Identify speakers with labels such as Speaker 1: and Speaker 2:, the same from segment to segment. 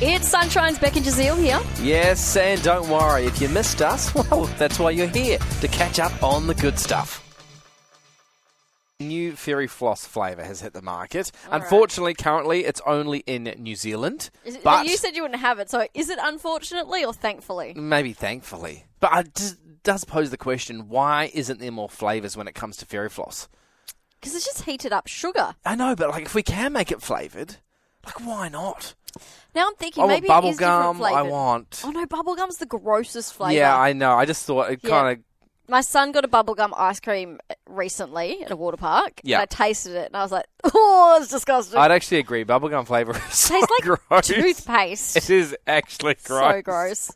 Speaker 1: It's Sunshine's Becky Jazeel here.
Speaker 2: Yes, and don't worry, if you missed us, well, that's why you're here, to catch up on the good stuff. New Fairy Floss flavour has hit the market. Unfortunately, currently, it's only in New Zealand.
Speaker 1: Is it-
Speaker 2: but Mm.
Speaker 1: you said you wouldn't have it, so is it unfortunately or thankfully?
Speaker 2: maybe thankfully. But it does- does pose the question why isn't there more flavours when it comes to Fairy Floss?
Speaker 1: Because it's just heated up sugar.
Speaker 2: I know, but like if we can make it flavoured, like why not?
Speaker 1: Now I'm thinking
Speaker 2: I want
Speaker 1: maybe it
Speaker 2: bubble
Speaker 1: is different
Speaker 2: gum. I
Speaker 1: flavoured.
Speaker 2: want.
Speaker 1: Oh no, bubblegum's the grossest flavour.
Speaker 2: yeah, I know. I just thought it
Speaker 1: Yeah.
Speaker 2: kind of.
Speaker 1: My son got a bubblegum ice cream recently at a water park.
Speaker 2: Yeah.
Speaker 1: And I tasted it and I was like, oh, it's disgtastic.
Speaker 2: I'd actually agree. Bubblegum flavour is so
Speaker 1: Tastes like
Speaker 2: gross.
Speaker 1: Toothpaste.
Speaker 2: It is actually gross.
Speaker 1: So gross.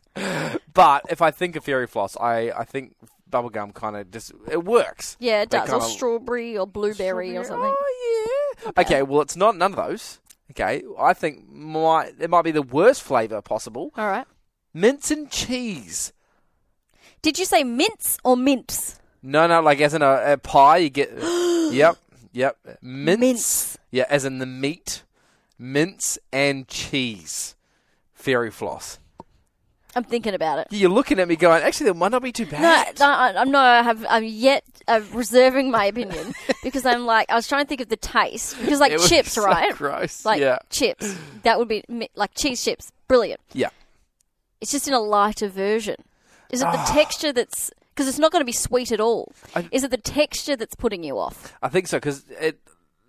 Speaker 2: But if I think of fairy floss, I, I think bubblegum kind of just it works.
Speaker 1: Yeah, it
Speaker 2: They
Speaker 1: does. Or
Speaker 2: kinda-
Speaker 1: strawberry or blueberry or something.
Speaker 2: Oh yeah. Okay, well it's not none of those. Okay, I think my it might be the worst flavor possible.
Speaker 1: All right.
Speaker 2: Mints and cheese.
Speaker 1: Did you say mints or mints?
Speaker 2: No, no, like as in a, a pie, you get. yep, yep. Mince.
Speaker 1: Mince.
Speaker 2: Yeah, as in the meat, mince and cheese. Fairy floss.
Speaker 1: I'm thinking about it.
Speaker 2: You're looking at me going, actually, that might not be too
Speaker 1: No,
Speaker 2: bad.
Speaker 1: no, I- I'm no. I have. I'm yet uh, reserving my opinion because I'm like I was trying to think of the taste because like
Speaker 2: It was
Speaker 1: chips,
Speaker 2: so
Speaker 1: right?
Speaker 2: Gross.
Speaker 1: Like
Speaker 2: yeah.
Speaker 1: chips. That would be mi- like cheese chips. Brilliant.
Speaker 2: Yeah.
Speaker 1: It's just in a lighter version. Is it the texture that's because it's not going to be sweet at all?
Speaker 2: Ah. I-
Speaker 1: Is it the texture that's putting you off?
Speaker 2: I think so because it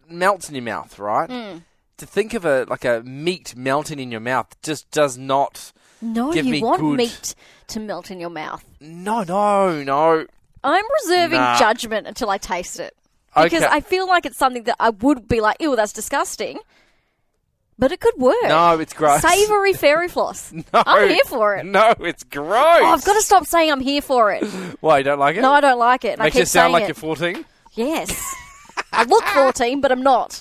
Speaker 2: melts in your mouth, right?
Speaker 1: Mm.
Speaker 2: To think of a like a meat melting in your mouth just does not.
Speaker 1: No,
Speaker 2: Give
Speaker 1: you
Speaker 2: me
Speaker 1: want
Speaker 2: good-
Speaker 1: meat to melt in your mouth.
Speaker 2: No, no, no.
Speaker 1: I'm reserving
Speaker 2: Nah.
Speaker 1: judgment until I taste it because
Speaker 2: Okay.
Speaker 1: I feel like it's something that I would be like, "Ew, that's disgusting," but it could work.
Speaker 2: No, it's gross.
Speaker 1: Savory fairy floss.
Speaker 2: No,
Speaker 1: I'm here for it.
Speaker 2: No, it's gross.
Speaker 1: Oh, I've got to stop saying I'm here for it.
Speaker 2: Why you don't like it?
Speaker 1: No, I don't like it. and I
Speaker 2: Makes
Speaker 1: keep
Speaker 2: you
Speaker 1: saying
Speaker 2: sound like
Speaker 1: it.
Speaker 2: you're 14.
Speaker 1: Yes. I look 14, but I'm not.